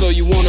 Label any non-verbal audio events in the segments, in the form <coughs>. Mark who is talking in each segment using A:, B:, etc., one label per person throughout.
A: So you wanna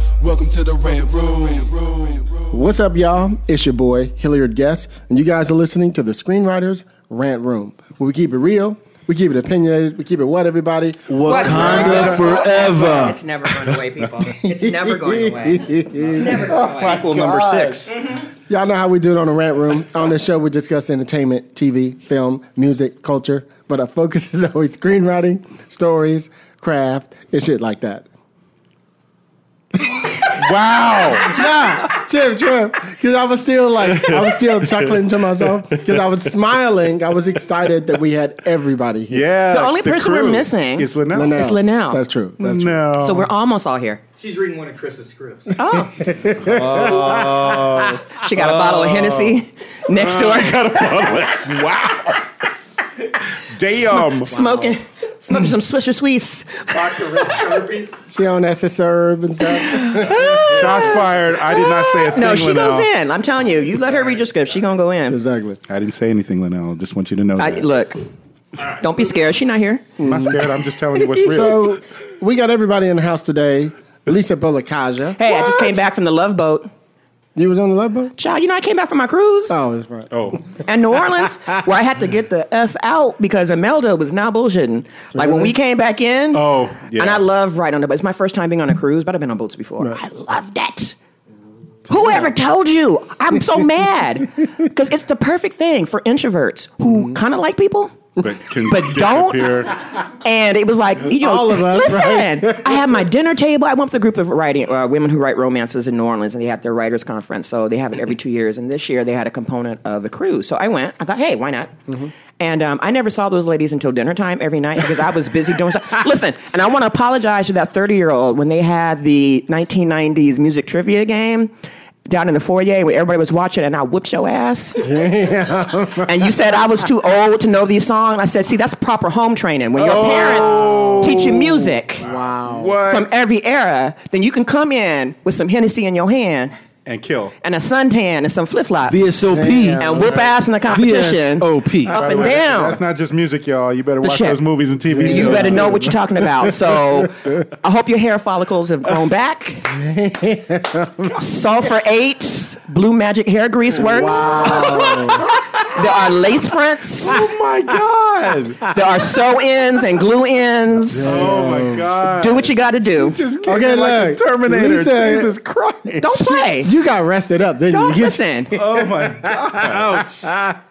B: Welcome to the Red Room.
C: What's up, y'all? It's your boy, Hilliard Guest, and you guys are listening to the Screenwriters Rant Room, where we keep it real, we keep it opinionated, we keep it what, everybody?
D: Wakanda
E: forever.
D: It's never going away, people. It's never
C: <laughs>
F: <laughs>
D: going away. It's never
C: Oh
D: going away.
E: Cycle number six.
C: Mm-hmm. Y'all know how we do it on the Rant Room. on this show, we discuss entertainment, TV, film, music, culture, but our focus <laughs> is always screenwriting, stories, craft, and shit like that.
E: <laughs> Wow.
C: nah, Jim, Jim, because I was still like, I was
E: <laughs>
C: still chuckling to myself because I was smiling. I was excited that we had everybody here.
E: Yeah.
F: The only person we're
E: crew
F: missing
E: is Linnell.
C: Linnell.
F: It's Linnell.
C: That's true. That's true.
E: No.
D: So we're almost all here.
G: She's reading one of Chris's scripts.
F: Oh,
D: She got a bottle of Hennessy next door,
E: wow.
F: <laughs>
E: Damn.
F: smoking, smoking some Swisher Sweets.
G: Box of red sharpies.
C: She on SS Serve and
E: <laughs>
C: stuff.
E: Shots fired. I did not say a
F: <laughs>
E: thing.
F: No, she
E: Linnell.
F: goes in. I'm telling you, you let her read your script. She gonna go in.
C: Exactly.
E: I didn't say anything, Linnell. Just want you to know.
F: I,
E: that.
F: look, don't be scared. She not here.
E: I'm not scared. I'm just telling
F: <laughs>
E: you what's real.
C: So we got everybody in the house today. Lisa Bolakaja.
F: Hey, I just came back from the Love Boat.
C: You was on the love boat?
F: Child, you know I came back from my cruise
C: Oh, that's right.
E: oh,
F: and New Orleans, where I had to get the f out because Imelda was now bullshitting. Like when we came back in.
E: Oh, yeah.
F: And I love riding on the boat. It's my first time being on a cruise, but I've been on boats before. I love that. Whoever told you? I'm so mad because it's the perfect thing for introverts who
E: Mm-hmm.
F: kind of like people.
E: but can
F: But don't-
E: disappear.
F: And it was like, you know,
C: All of us,
F: listen, I had my dinner table. I went with a group of writing uh, women who write romances in New Orleans, and they had their writers' conference. So they have it every two years. And this year they had a component of a cruise. So I went. I thought, hey, why not?
C: Mm-hmm.
F: And um, I never saw those ladies until dinner time every night because I was busy
C: <laughs>
F: doing stuff. Listen, and I want to apologize to that 30 year old when they had the 1990s music trivia game. Down in the foyer where everybody was watching, and I whooped your ass. and you said I was too old to know these songs. I said, see, that's proper home training. When your
E: Oh.
F: parents teach you music
E: What?
F: from every era, then you can come in with some Hennessy in your hand
E: and kill.
F: and a suntan and some flip flops
C: Damn.
B: VSOP.
F: and whoop ass in the competition.
B: VSOP.
H: Uh,
F: Up
E: By the
F: and
E: way,
F: down.
E: That's not just music, y'all. You better watch
F: shit.
E: those movies and TV shows.
F: You better know
E: too.
F: what you're talking about. So I hope your hair follicles have grown back. Sulfur 8, Blue Magic Hair Grease Works. there are lace fronts.
E: <laughs>
F: <laughs>
E: Oh my god.
F: There are sew ins and glue ins. <laughs>
E: Oh my god.
F: Do what you got to do.
E: Just
C: Okay,
E: okay, like
C: look.
E: a Terminator.
C: Lisa-
E: Jesus Christ.
F: Don't play.
C: You got rested up, didn't
F: Don't
C: you? You-
F: listen.
E: Oh my god.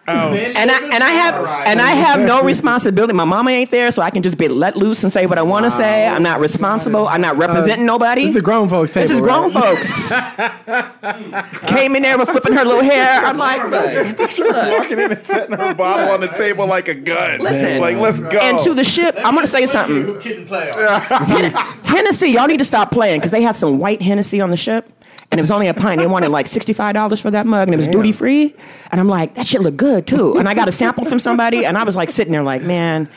F: <laughs> and I and I have and I have no responsibility. My mama ain't there, so I can just be let loose and say what I want to say. I'm not responsible. I'm not representing nobody.
C: Uh, This is grown folks table.
F: This is grown
C: right?
F: folks.
C: <laughs>
F: Came in there with flipping her little hair. I'm like, look,
E: walking in and setting her bottle on the table like a gun.
F: Listen.
E: like let's go.
F: and to the ship. I'm gonna say something.
G: Who couldn't play off?
F: Hennessy, y'all need to stop playing because they had some white Hennessy on the ship. And it was only a pint. They wanted like sixty-five dollars for that mug, and it was duty free. And I'm like, that shit look good too. And I got a sample from somebody, and I was like sitting there, like, man,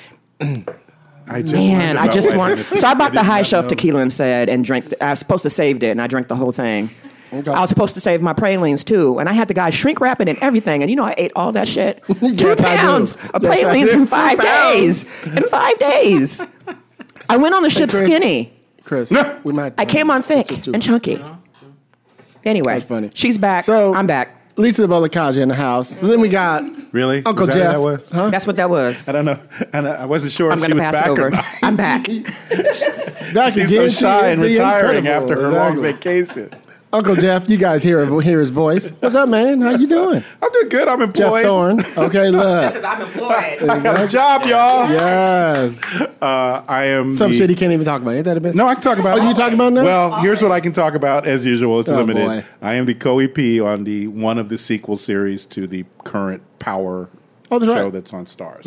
E: I just
F: Man,
E: learned
F: I
E: about
F: just
E: white
F: want.
E: Hennessy.
F: So I bought the
E: did
F: high
E: not
F: shelf
E: know.
F: tequila and said, and drank. I was supposed to saved it, and I drank the whole thing. I was supposed to save my pralines too, and I had the guy shrink wrap it and everything. And you know, I ate all that shit. Two
C: <laughs> Yes, I do.
F: pounds of
C: Yes, I
F: pralines
C: do.
F: in five
C: Two pounds.
F: days. In five days, I went on the ship
C: Chris.
F: skinny.
C: Chris, we might.
F: I came on thick and chunky. Anyway,
C: That's funny.
F: She's back.
C: So-
F: I'm back.
C: Lisa Bolakaja in the house. So then we got
E: Really?
C: Uncle
E: Was that
C: Jeff.
E: how that was?
C: Huh?
F: That's what that was.
E: <laughs> I don't know. And I I wasn't sure
F: I'm
E: if she
F: gonna
E: was
F: pass
E: back
F: it
E: or
F: over. <laughs>
E: not.
F: I'm
E: <laughs>
F: back.
C: Dr.
E: She's so
C: Gen Z
E: shy
C: is
E: and
C: the
E: retiring
C: incredible.
E: after her long
C: Exactly.
E: vacation.
C: Uncle Jeff, you guys hear hear his voice. What's up, man? How you doing?
E: I'm doing good. I'm
C: Jeff
E: employed.
C: Thorne. Okay, look.
D: I'm employed.
E: <laughs> I got a job, y'all.
C: Yes.
E: Uh, I am
C: Some
E: the-
C: shit he can't even talk about. Ain't that a bit?
E: No, I can talk about.
C: Oh, you talking about now?
E: Well, here's what I can talk about as usual. It's
C: Oh,
E: limited.
C: boy.
E: I am the co-EP on the one of the sequel series to the current Power
C: Oh, that's
E: show
C: right. Mm-hmm.
E: that's on Stars,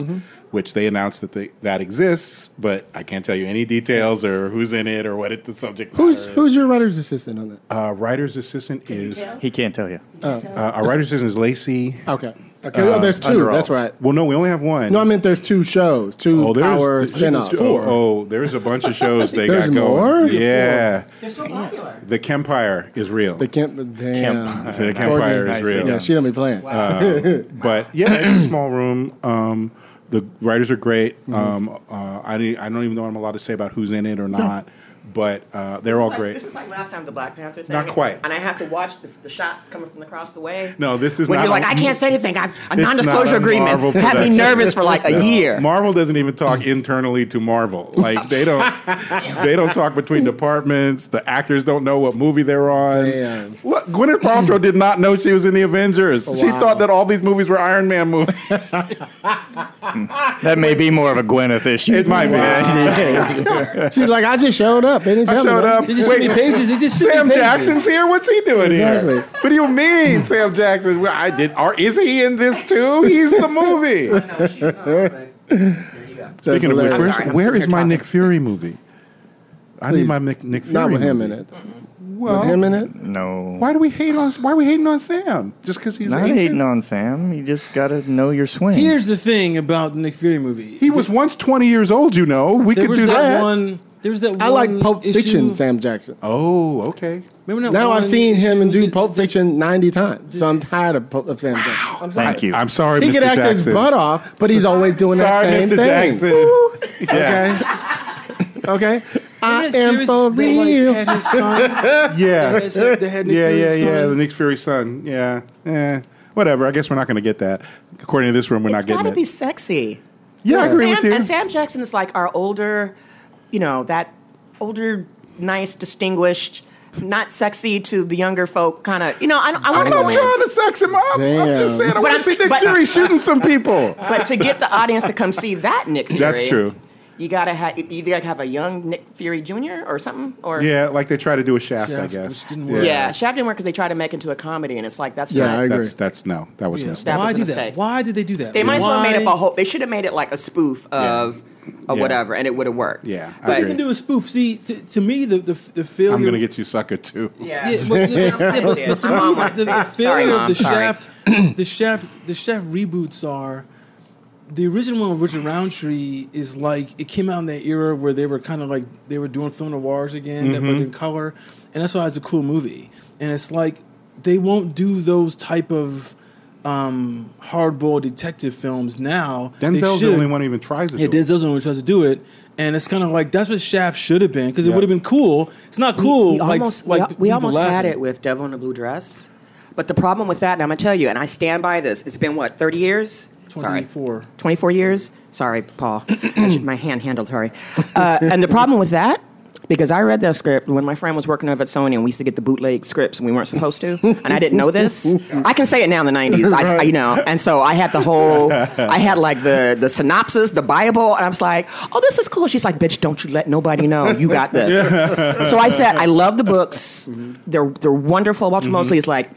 E: which they announced that they, that exists, but I can't tell you any details or who's in it or what it, the subject matter
C: Who's
E: is.
C: who's your writer's assistant on that?
E: Uh, writer's assistant is uh,
I: He can't tell you.
E: our writer's assistant is Lacey. uh,
C: Okay. Okay. oh, there's two.
I: Under Oath.
C: That's right.
E: Well, no, we only have one.
C: No, I meant there's two shows, two
E: Oh, there's-
C: power
E: there's-
C: spin-offs.
E: Oh, oh, there's a bunch of shows
C: <laughs>
E: they
C: There's
E: got going.
C: more?
E: Yeah,
F: They're so popular.
E: the Kempire is real.
C: The Kemp, damn.
E: The Kempire is
I: Nice.
E: real. Uh,
C: Yeah, she don't be playing.
E: Um, But yeah,
F: <clears throat>
E: it's a small room. Um, the writers are great.
F: Mm-hmm.
E: Um, uh, I, don't- I don't even know what I'm allowed to say about who's in it or not, but uh, they're all
F: This
E: <laughs> great.
F: is like last time the Black Panther thing.
E: Not quite.
F: And I have to watch the, the shots coming from across the way.
E: No, this is
F: when
E: not
F: you're
E: a-
F: like, I can't say anything. I've a
E: It's not
F: non-disclosure
E: a
F: agreement
E: Marvel
F: had me
E: <laughs> production.
F: nervous for like a year.
E: Marvel doesn't even talk internally to Marvel. Like they
F: <laughs>
E: don't, they don't talk between departments. The actors don't know what movie they're on.
C: Damn. Oh,
E: Look, Gwyneth Paltrow did not know she was in the Avengers. She
C: Wow.
E: thought that all these movies were Iron Man
C: <laughs>
E: movies.
I: That may be more of a Gwyneth issue.
E: It might be.
C: She's like, I just showed up. They didn't
E: I
C: tell me
E: showed
C: that."
E: up.
H: It's just
E: Wait,
H: Wait, pages. It's just 50
I: <laughs>
E: Sam
H: pages.
E: Jackson's here. What's he doing
C: Exactly.
E: here? What do you mean, Sam Jackson? Well, I did. Or is he in this too? He's the movie.
C: <laughs>
E: <laughs>
C: That's
E: Speaking of which,
C: hilarious.
E: where's,
F: sorry, I'm
E: where
F: sitting
E: is
F: here
E: my
F: coughing.
E: Nick Fury movie? I need
C: Please.
E: my Nick, Nick Fury.
C: Not with him in
E: movie.
C: it.
E: Well,
C: with him in it.
I: No.
E: why do we hate on? Why are we hating on Sam? Just because he's
I: Not
E: ancient?
I: hating on Sam. You just gotta know your swing.
H: Here's the thing about the Nick Fury movie.
E: He was once twenty years old. You know, we
H: there
E: could
H: was
E: do
H: that,
E: that.
H: one. There was that.
C: I like
H: one
C: Pulp
H: issue-
C: Fiction, Sam Jackson.
E: Oh, okay.
H: Remember that
C: Now I've
H: one
C: seen him
H: issue
C: and do
H: that-
C: Pulp Fiction 90 times. So I'm tired of, Pulp, of Sam Jackson. I'm sorry.
I: Thank you.
E: I'm sorry,
C: He
E: Mr.
C: could act
E: Jackson.
C: his butt off, but he's always doing
E: Sorry,
C: that same
E: Mr.
C: thing.
E: Jackson. yeah,
C: Okay. Okay. I
H: Remember that
C: am
H: series
C: for
H: that, like,
C: real.
H: had his son-
C: <laughs>
E: yeah.
H: that said they had Nick
E: yeah, yeah,
H: Fury's
E: yeah.
H: son.
E: The Nick Fury son. Yeah, eh, whatever. I guess we're not going to get that. According to this room, we're
F: it's
E: not
F: gotta
E: getting
F: be
E: it.
F: sexy.
E: yeah, I
F: And
E: agree
F: Sam,
E: with you.
F: And Sam Jackson is like our older, you know, that older, nice, distinguished, not sexy to the younger folk kind of. You know, I, don't- I
E: I'm
F: want to
E: not
F: go in,
E: trying to sex him up. I'm
C: Damn.
E: just saying I
F: But
E: want to
F: I'm-
E: see Nick
F: but-
E: Fury shooting some people.
F: but to get the audience to come see that Nick Fury,
E: That's true.
F: You gotta have you either gotta have a young Nick Fury Jr. or something, or
E: Yeah, like they try to do a shaft, I
H: Shaft,
E: guess.
H: which didn't
F: yeah.
H: work.
F: Shaft didn't work because they tried to make it into a comedy, and it's like that's
C: Yeah,
F: not-
C: I agree.
E: That's that's no. That was a mistake.
F: That was
H: Why
F: a
H: do
F: mistake.
H: that? Why did they do that?
F: They might as well
H: Why-
F: have made up a whole. They should have made it like a spoof of or
E: Yeah.
F: whatever, and it would have worked.
E: Yeah, I
F: but
E: agree.
H: You can do a spoof. See, to, to me, the the, the failure.
E: I'm gonna get you sucker too.
F: yeah,
H: Yeah, but,
E: <laughs>
H: yeah, but- yeah, but- but to
F: I'm
H: me,
F: on my
H: the, the
F: tap. Sorry,
H: failure of
F: Mom.
H: the
F: Sorry.
H: shaft, the shaft, the shaft reboots are the original one with Richard Roundtree is like it came out in that era where they were kind of like they were doing film noirs again, that
E: Mm-hmm.
H: but in color, and that's why it's a cool movie. And it's like they won't do those type of um, hardboiled detective films now. They
E: Denzel's the
H: should.
E: only one who even tries to
H: Yeah,
E: do it.
H: Denzel's the one who tries to do it, and it's kind of like that's what Shaft should have been because it
E: Yeah.
H: would have been cool. It's not cool.
F: We
H: like,
F: almost,
H: like
F: we, we
H: people
F: almost had
H: laughing.
F: it with Devil in the Blue Dress, but the problem with that, and I'm gonna tell you, and I stand by this. It's been what 30 years? Sorry,
H: 24.
F: 24 years. Sorry, Paul. <coughs> I should, my hand handled. Sorry. Uh, and the problem with that. Because I read that script when my friend was working over at Sony, and we used to get the bootleg scripts, and we weren't supposed to, and I didn't know this. I can say it now in the '90s, I, I- you know. And so I had the whole, I had like the the synopsis, the Bible, and I was like, "Oh, this is cool." She's like, "Bitch, don't you let nobody know you got this." so I said, I love the books. They're they're wonderful. Walter Mosley is like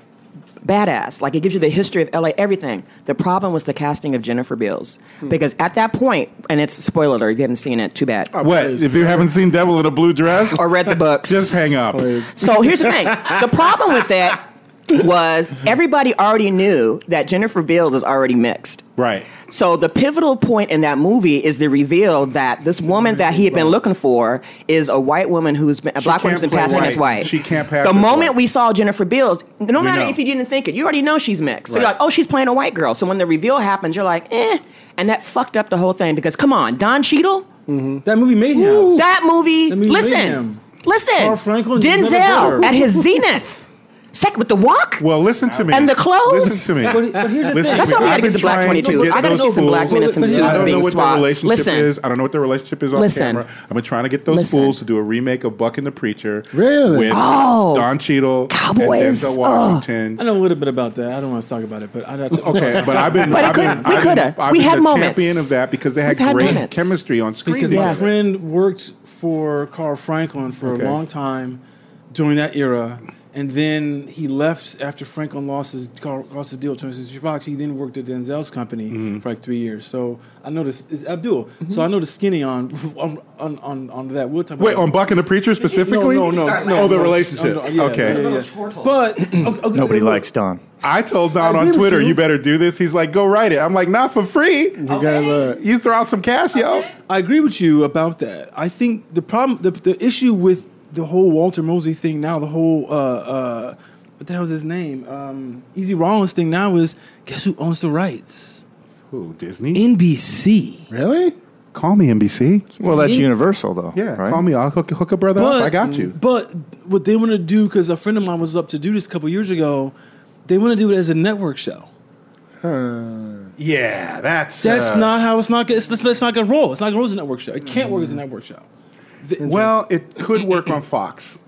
F: badass. Like it gives you the history of LA, everything. The problem was the casting of Jennifer Beals because at that point, and it's spoiler alert if you haven't seen it, too bad.
E: What if you haven't seen Devil in a Blue Dress?
F: Or read the books.
E: <laughs> Just hang up.
F: So here's the thing. The problem with that was everybody already knew that Jennifer Beals is already mixed.
E: Right.
F: So the pivotal point in that movie is the reveal that this woman that he had been looking for is a white woman who's been a black woman who's been
E: can't play
F: passing
E: white.
F: as white.
E: She can't pass
F: The
E: as
F: moment
E: white.
F: we saw Jennifer Beals, no matter
E: know.
F: if you didn't think it, you already know she's mixed. So you're
E: Right.
F: like, oh, she's playing a white girl. So when the reveal happens, you're like, eh, and that fucked up the whole thing because come on, Don Cheadle,
H: That movie made him.
F: that movie.
H: That movie made
F: listen,
H: him.
F: listen,
H: Carl Franklin, he's never
F: Denzel
H: better.
F: at his zenith. Second, with the walk?
E: Well, listen to me.
F: And the clothes?
E: Listen to me.
H: But, but here's the
E: Listen
H: thing.
E: to
F: That's why we
E: me.
F: had
E: I've
F: to get the
E: been
F: black
E: trying
F: 22.
E: get
F: I gotta
E: those
F: see some black
E: fools-
F: men in some
E: Listen,
F: suits
E: I don't
F: being
E: know what
F: swapped.
E: their relationship
F: Listen.
E: is. I don't know what their relationship is on
F: Listen.
E: camera. I've been trying to get those
F: Listen.
E: fools to do a remake of Buck and the Preacher.
C: Really?
E: With
F: Oh.
E: Don Cheadle and
F: Cowboys.
E: Denzel
F: Ugh.
E: Washington.
H: I know a little bit about that. I don't want to talk about it, but I'd have to.
E: <laughs> Okay,
H: <laughs>
E: but I've been.
F: But it
E: I've been-
F: could- we
E: I've been-
F: coulda.
E: I've
F: We
E: been
F: had
E: a
F: moments.
E: Champion of that because they had
F: We've had
E: great
F: moments.
E: chemistry on screen.
H: because my
E: together.
H: friend worked for Carl Franklin for
E: Okay.
H: a long time during that era, and then he left after Franklin lost his Carl, lost his deal to Mr. Fox. He then worked at Denzel's company
E: Mm-hmm.
H: for like three years. So I know this is Abdul.
F: Mm-hmm.
H: So I know the skinny on <laughs> on on, on, on that. We'll talk
E: Wait,
H: about
E: on Buck and the Preacher specifically?
H: No, no, no,
E: Oh,
H: no,
E: the
H: no,
E: relationship.
H: no, yeah,
E: okay.
H: yeah, yeah, yeah. But okay, okay,
I: Nobody
H: look,
I: likes Don.
E: I told Don
H: I
E: on
H: agree with
E: Twitter, you.
H: you.
E: better do this. He's like, go write it. I'm like, not for free.
C: You gotta look.
E: You throw out some cash, yo.
H: I agree with you about that. I think the problem, the, the issue with the whole Walter Mosley thing now, the whole uh, uh, what the hell is his name, um, Easy Rollins thing now is guess who owns the rights?
E: Who, Disney?
H: NBC.
C: Really?
E: call me, NBC.
I: Well, that's universal, though.
E: Yeah,
I: right?
E: call me. I'll hook, hook a brother up. I got you.
H: But what they want to do, because a friend of mine was up to do this a couple years ago, they want to do it as a network show.
E: Yeah, that's.
H: That's
E: uh,
H: not how it's not. It's, it's, it's not gonna roll. It's not gonna roll as a network show. It can't work as a network show.
E: Well, it could work on Fox.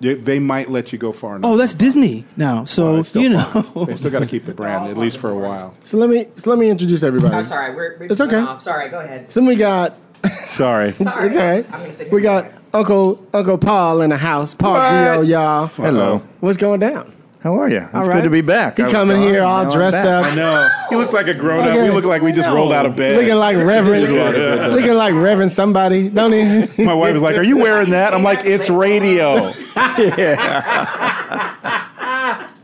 E: They, they might let you go far enough.
H: Oh, that's Disney now. So
E: It's still
H: you
E: Fox.
H: know.
E: They still got to keep the brand, at least for a while.
C: So let me so let me introduce everybody.
F: I'm sorry. We're, we're
C: It's okay.
F: going Off. Sorry, go ahead.
C: So we got
E: Sorry.
F: Sorry.
C: it's all right.
F: I'm gonna sit here
C: We got
F: and cry.
C: Uncle Uncle Paul in the house. Paul Dio,
E: What?
C: y'all.
E: Hello.
C: What's going down?
I: How are you? It's
C: All right.
I: good to be back.
C: He
I: I was
C: coming
I: gone,
C: here all
I: now I'm
C: dressed
I: back.
C: up.
E: I know. He looks like a grown up.
C: Okay.
E: We look like we just rolled out of bed.
C: Looking like <laughs> Reverend, looking like Reverend somebody, don't <laughs> he?
E: My wife was like, "Are you wearing that?" I'm like, "It's radio."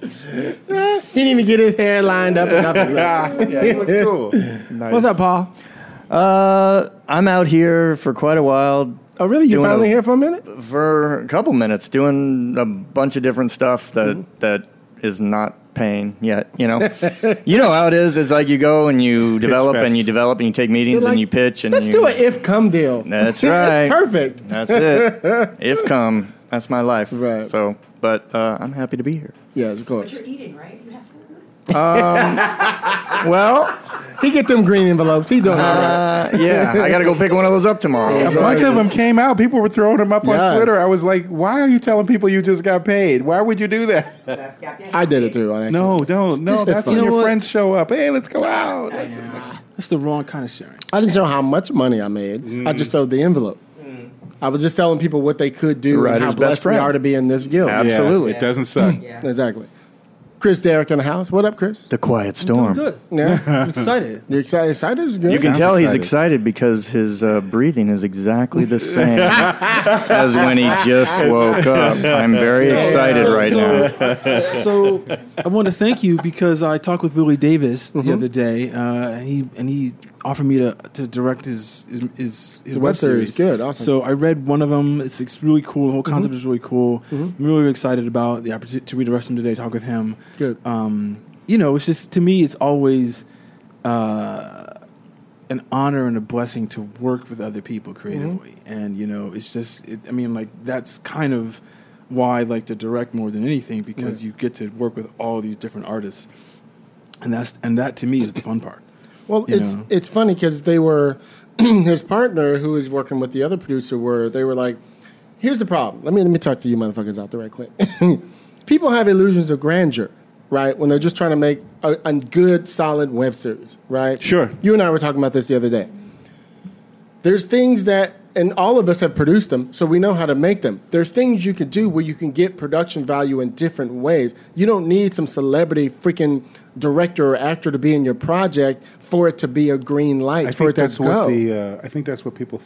C: He didn't even get his hair lined up.
I: <laughs>
C: Nothing.
E: Ah, yeah, you look cool.
C: What's up, Paul?
I: Uh, I'm out here for quite a while.
C: Oh, really? You
I: Doing
C: finally here
I: a- Mm-hmm.
C: for a minute?
I: for a couple minutes doing a bunch of different stuff that
C: Mm-hmm.
I: that is not paying yet you know <laughs> you know how it is it's like you go and you develop
E: fest.
I: and you develop and you take meetings
C: They're
I: and
C: like,
I: you pitch and
C: Let's
I: you,
C: do an if come deal. <laughs>
I: That's right.
C: That's perfect. <laughs>
I: that's it if come that's my life
C: Right.
I: so but uh, i'm happy to be here
C: Yes, of course.
F: You're eating, right? You have food.
I: well
C: He get them green envelopes. He doing all right.
I: uh, yeah i gotta go pick one of those up tomorrow
C: <laughs>
E: A bunch of them came out. People were throwing them up
C: Yes.
E: on Twitter. I was like, "Why are you telling people you just got paid? Why would you do
F: <laughs>
E: that?"
F: That's got your
C: I did it too. On
E: No, no, no.
C: just-
E: That's
C: it's
H: fine.
E: when
H: You
E: your
H: know what?
E: friends show up. Hey, let's go out.
H: That's the wrong kind of sharing.
C: I didn't show how much money I made. I just showed the envelope. I was just telling people what they could do and
I: writer's
C: how
I: best
C: blessed we
I: friend.
C: are to be in this guild.
I: Absolutely.
E: it doesn't suck.
C: Exactly. Chris Derrick in the house. What up, Chris?
I: the quiet storm
H: Good.
C: Yeah.
H: I'm excited.
C: You're excited? Excited is good.
I: You can
E: Sounds
I: tell he's
E: excited.
I: excited because his uh, breathing is exactly the same as when he just woke up. I'm very excited
H: so-
I: right
H: so-
I: now.
H: so I want to thank you because I talked with Willie Davis
C: Mm-hmm.
H: the other day, uh, and he and he offered me to, to direct his his, his, his
C: The web series. Good, awesome.
H: So
C: Mm-hmm.
H: I read one of them. It's, it's really cool. The whole concept is really cool. I'm really excited about the opportunity to read the rest of them today. Talk with him.
C: Good.
I: Uh,
H: Um, you know, it's just to me, it's always. Uh, an honor and a blessing to work with other people creatively.
C: Mm-hmm.
H: And you know, it's just it, I mean, like that's kind of why I like to direct more than anything because you get to work with all these different artists, and that's and that to me is the fun part.
C: Well,
H: you
C: it's
H: know.
C: it's funny because they were <clears throat> his partner, who was working with the other producer, were they were like, "Here's the problem. Let me let me talk to you motherfuckers out there right quick. <laughs> People have illusions of grandeur, right? When they're just trying to make a, a good, solid web series, right?
E: Sure.
C: You and I were talking about this the other day. There's things that, and all of us have produced them, so we know how to make them. There's things you can do where you can get production value in different ways. You don't need some celebrity freaking director or actor to be in your project for it to be a green light.
E: I
C: for
E: think
C: it
E: that's
C: to go.
E: what the. Uh, I think that's what people.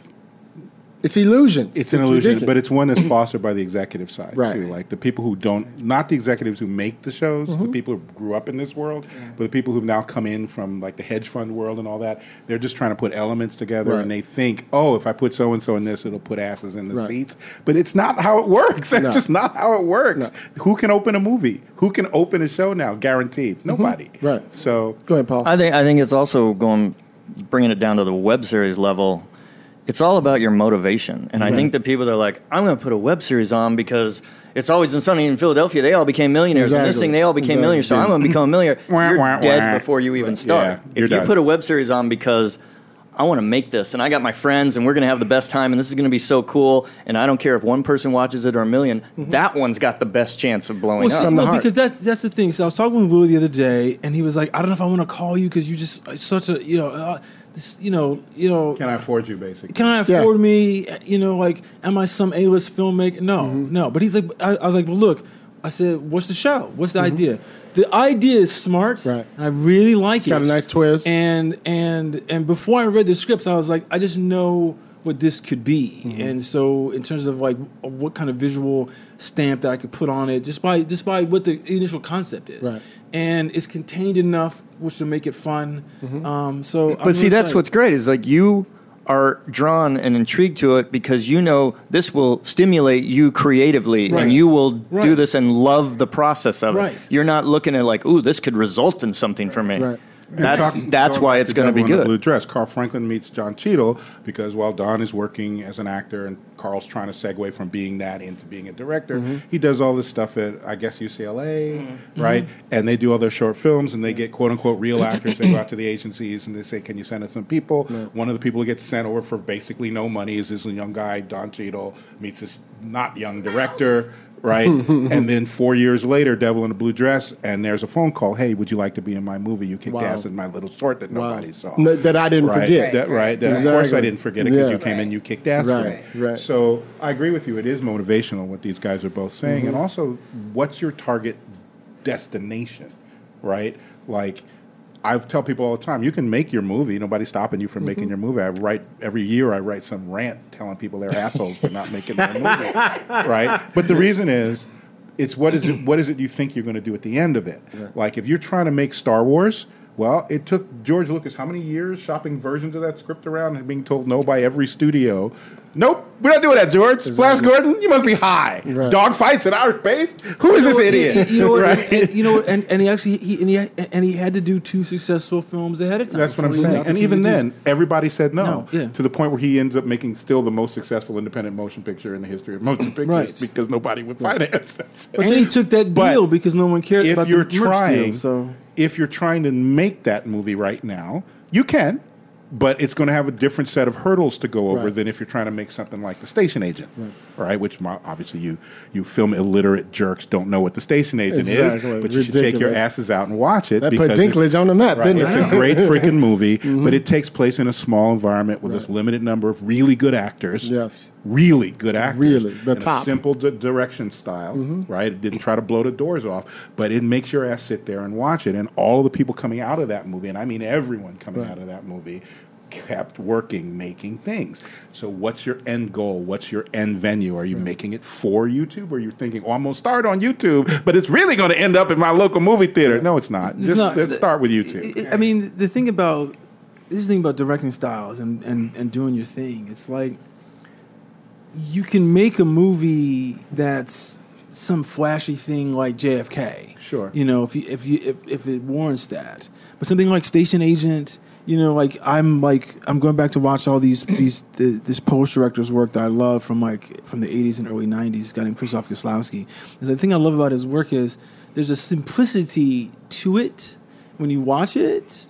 C: it's illusions.
E: It's an illusion,
C: ridiculous.
E: but it's one
C: <clears throat>
E: that's fostered by the executive side
C: Right.
E: too. Like the people who don't, not the executives who make the shows,
C: Mm-hmm.
E: the people who grew up in this world, but the people who've now come in from like the hedge fund world and all that. They're just trying to put elements together, and
C: Right.
E: they think, oh, if I put so and so in this, it'll put asses in the
C: Right.
E: seats. But it's not how it works. <laughs> That's
C: No.
E: just not how it works. Who can open a movie? Who can open a show now? Guaranteed, nobody.
C: Mm-hmm. Right.
E: So
C: go ahead, Paul.
I: I think I think it's also going bringing it down to the web series level. it's all about your motivation. And I think the people that are like, I'm going to put a web series on because it's always in sunny in Philadelphia. They all became millionaires. And this
C: Exactly.
I: thing, they all became
C: Exactly.
I: millionaires. So I'm going to become a millionaire.
E: <laughs> Wah,
I: you're
E: wah,
I: dead
E: wah.
I: before you even start.
E: you're
I: if you
E: done.
I: put a web series on because I want to make this and I got my friends and we're going to have the best time and this is going to be so cool and I don't care if one person watches it or a 1000000
E: Mm-hmm.
I: that one's got the best chance of blowing
H: Well,
I: up.
H: see,
C: From the
H: no,
C: heart.
H: because that's that's the thing. So I was talking with Willie the other day, and he was like, "I don't know if I want to call you because you just uh, such a you know, uh, this you know, you know,
E: Can I afford you, basically?
H: can I
C: Yeah.
H: afford me? You know, like, am I some A list filmmaker? No,
C: Mm-hmm.
H: no. But he's like, I, I was like, well, look, I said, what's the show? What's the idea? The idea is smart,
C: Mm-hmm. Right.
H: and I really like it.
C: got a nice twist.
H: And and and before I read the scripts, I was like, I just know what this could be.
C: Mm-hmm.
H: And so, in terms of like of what kind of visual stamp that I could put on it, just by just by what the initial concept is,
C: Right.
H: and it's contained enough, which to make it fun.
C: Mm-hmm.
H: Um, so,
I: But see, that's what's great is like you are drawn and intrigued to it because you know this will stimulate you creatively
H: Right.
I: and you will do
H: Right.
I: this and love the process of
H: Right.
I: it. You're not looking at like, ooh, this could result in something for me.
C: Right.
I: That's
E: Talking-
I: that's
E: going
I: why
E: back
I: it's going to
E: Devil
I: be
E: in the Blue
I: good.
E: dress. Carl Franklin meets John Cheadle because while Don is working as an actor and Carl's trying to segue from being that into being a director,
I: Mm-hmm.
E: he does all this stuff at I guess UCLA, right?
I: Mm-hmm.
E: And they do all their short films and they get quote unquote real actors. they go out to
I: <clears throat>
E: the agencies and they say, "Can you send us some people?" One of the people who gets sent over for basically no money is this young guy Don Cheadle meets this not young director
C: <laughs>
E: right? and then four years later, Devil in a Blue Dress, and there's a phone call. Hey, would you like to be in my movie? You kicked
C: Wow.
E: ass in my little short that nobody saw.
C: No, that I didn't
E: Right,
C: forget.
E: That, right. That, Of course, I
C: Exactly.
E: didn't forget it because
C: Yeah.
E: you came in,
D: Right.
E: you kicked ass. for
C: Right,
E: me.
C: right.
E: So I agree with you. It is motivational what these guys are both saying,
C: Mm-hmm.
E: and also, what's your target destination, right? Like. I tell people all the time, you can make your movie. Nobody's stopping you from
C: Mm-hmm.
E: making your movie. I write every year. I write some rant telling people they're assholes for not making their movie,
C: <laughs>
E: right? But the reason is, it's what is
H: <clears throat>
E: it, what is it you think you're going to do at the end of it? Like if you're trying to make Star Wars, well, it took George Lucas how many years shopping versions of that script around and being told no by every studio. Nope, we're not doing that, George. Flash Gordon, you must be high. Dog fights in outer space. Who is this idiot?
H: You know what?
E: <laughs> Right?
H: And, you know what? And, and he actually he and he and he had to do two successful films ahead of time.
E: That's what I'm
H: before he
E: saying.
H: got
E: And even
H: opportunities.
E: then, everybody said no,
H: No, yeah.
E: to the point where he ends up making still the most successful independent motion picture in the history of motion pictures
H: Right.
E: because nobody would finance that. shit.
H: and he took that
E: But
H: deal because no one cared about
E: if you're
H: the merch
E: trying,
H: deal, so
E: if you're trying to make that movie right now, you can, but it's going to have a different set of hurdles to go over
C: Right.
E: than if you're trying to make something like the station agent, right? Which mo- obviously you you film illiterate jerks don't know what the station agent
C: Exactly.
E: is, but you should take your
C: Ridiculous.
E: asses out and watch it.
C: That put
E: because it-
C: Dinklage on the map,
E: Right.
C: didn't
E: It's
C: it? Mm-hmm. <laughs>
E: a great freaking movie, but it takes place in a small environment with this limited number of really good actors.
C: Yes.
E: Really good actors.
C: Really, the
E: in a
C: top. Mm-hmm.
E: simple di- direction style, right? It didn't try to blow the doors off, but it makes your ass sit there and watch it. And all of the people coming out of that movie, and I mean everyone coming out of that movie, kept working, making things. So, what's your end goal? What's your end venue? Are you making it for YouTube? Or are you thinking, oh, I'm going to start on YouTube, but it's really going to end up in my local movie theater? No, it's not. Just,
H: not-
E: let's start with YouTube.
H: I- I mean, the thing about this is the thing about directing styles and, and, and doing your thing, it's like you can make a movie that's some flashy thing like JFK.
E: Sure.
H: You know, if you if you if, if it warrants that. But something like Station Agent, you know, like I'm like I'm going back to watch all these these the, this Polish director's work that I love from like from the 80s and early 90s. This guy named Krzysztof Kieslowski. And the thing I love about his work is there's a simplicity to it when you watch it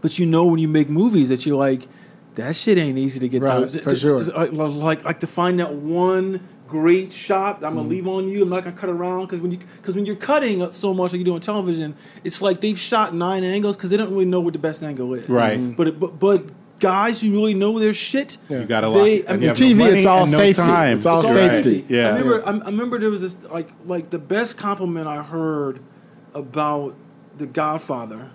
H: but you know when you make movies that you're like, that shit ain't easy to get
C: Right,
H: those.
C: for sure.
H: uh, Like, like like to find that one great shot. that I'm gonna
E: Mm.
H: leave on you. I'm not gonna cut around because when you because when you're cutting so much like you do on television, it's like they've shot nine angles because they don't really know what the best angle is.
E: Right. Mhm.
H: But it- but but guys who really know their shit,
E: You got a lot.
H: They-
E: and
H: I
E: you have
H: mean,
C: TV,
E: money
C: it's all
E: and
C: safety. It's all
H: it's all
E: Right.
C: safety.
E: Yeah.
H: I remember. I, I remember there was this like like the best compliment I heard about The Godfather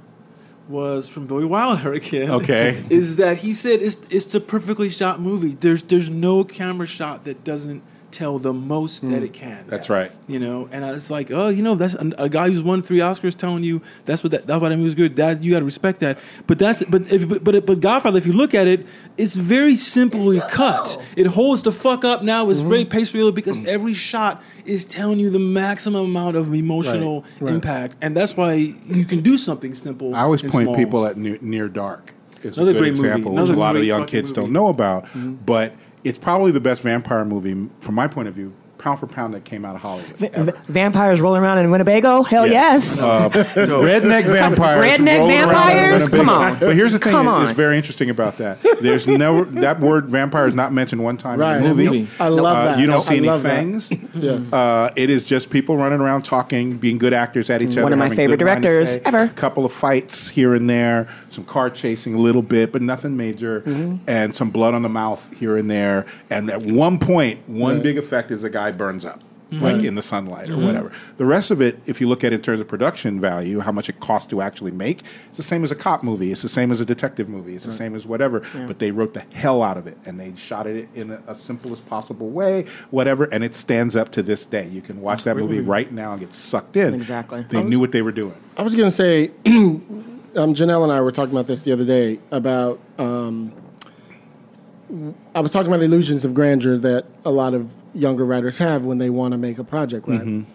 H: was from Billy Wilder again.
E: Okay.
H: <laughs> is that he said it's it's a perfectly shot movie. There's there's no camera shot that doesn't tell the most that it can.
E: Hmm. That's right.
H: You know, and I was like, oh, you know, that's a, a guy who's won three Oscars telling you that's what that, that's why that movie's good. That you got to respect that. But that's but if, but but but Godfather, if you look at it, it's very simply cut. It holds the fuck up now.
C: Mm-hmm.
H: It's very pace real because every shot is telling you the maximum amount of emotional
C: Right, right.
H: impact, and that's why you can do something simple.
E: I always
H: and
E: point
H: small.
E: people at near, near dark. is
H: Another
E: a good
H: great movie.
E: example,
H: Another
E: which a lot of
H: great
E: young
H: fucking
E: kids
H: movie.
E: don't know about.
C: Mm-hmm.
E: But it's probably the best vampire movie, from my point of view, pound for pound, that came out of Hollywood.
F: V- vampires rolling around in Winnebago? Hell yes.
E: Uh,
F: <laughs>
E: redneck vampires.
F: Redneck
E: roll around in
F: vampires?
E: Winnebago.
F: Come on.
E: But here's the thing
F: Come
E: that is
F: on.
E: very interesting about that. There's no that word vampire is not mentioned one time
C: Right.
E: in the movie.
H: Nope.
C: I love
E: Uh,
C: that.
E: You don't
C: Nope. I
E: see any
C: love that.
E: fangs.
C: <laughs> Yes.
E: Uh, it is just people running around talking, being good actors at each other.
F: One of my
E: having
F: favorite
E: good lines to
F: directors
E: say.
F: ever.
E: Couple of fights here and there, some car chasing a little bit, but nothing major, and some blood on the mouth here and there. And at one point, one big effect is a guy burns up. Like in the sunlight or whatever. The rest of it, if you look at it in terms of production value, how much it costs to actually make, it's the same as a cop movie. It's the same as a detective movie. It's the same as whatever. But they wrote the hell out of it and they shot it in a, a simplest possible way, whatever. And it stands up to this day. You can watch that movie right now and get sucked in.
F: Exactly.
E: They knew what they were doing.
C: I was going to say, <clears throat> um, Janelle and I were talking about this the other day about. Um, I was talking about illusions of grandeur that a lot of younger writers have when they want to make a project, right?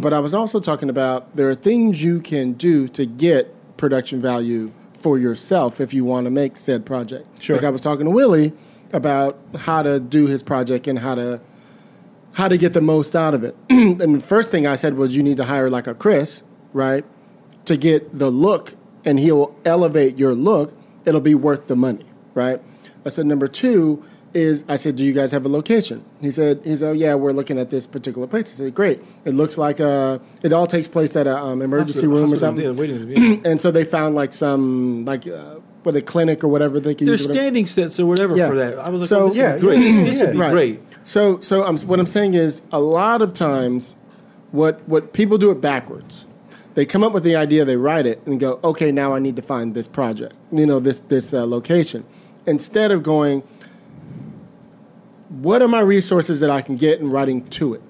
C: <clears throat> but I was also talking about there are things you can do to get production value for yourself if you want to make said project.
E: Sure.
C: Like I was talking to Willie about how to do his project and how to how to get the most out of it. <clears throat> and the first thing I said was you need to hire like a Chris, right? To get the look and he'll elevate your look, it'll be worth the money, right? I said number 2 is I said, "Do you guys have a location?" He said, "He said, oh, yeah, we're looking at this particular place." I said, "Great. It looks like a. It all takes place at a um, emergency
H: Hospital-
C: room or
H: hospital,
C: something."
H: yeah, waiting room, yeah.
C: and so they found like some like uh, what a clinic or whatever they
H: <clears throat>
C: could
H: There's
C: use. whatever.
H: standing sets or whatever
C: Yeah.
H: for that. I was like,
C: So-
H: oh, this
C: yeah,
H: would be great. This, this would be
C: Right.
H: great.
C: So so I'm, what I'm saying is a lot of times what what people do it backwards. They come up with the idea, they write it, and go, okay, now I need to find this project, you know, this this uh, location, instead of going, what are my resources that I can get and writing to it,